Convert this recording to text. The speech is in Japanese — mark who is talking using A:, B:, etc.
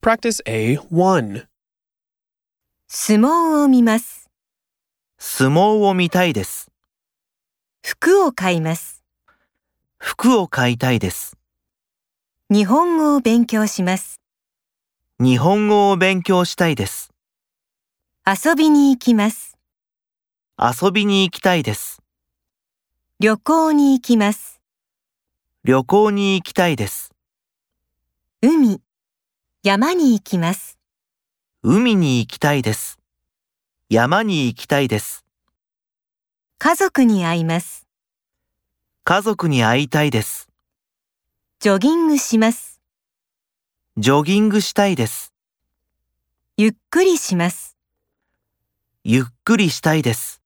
A: Practice A1.
B: 相撲を見ます。
C: 相撲を見たいです。
B: 服を買います。
C: 服を買いたいです。
B: 日本語を勉強します。
C: 日本語を勉強したいです。
B: 遊びに行きます。
C: 遊びに行きたいです。
B: 旅行に行きます。
C: 旅行に行きたいです。
B: 海。山に行きます。
C: 海に行きたいです。山に行きたいです。
B: 家族に会います。
C: 家族に会いたいです。
B: ジョギングします。
C: ジョギングしたいです。
B: ゆっくりします。
C: ゆっくりしたいです。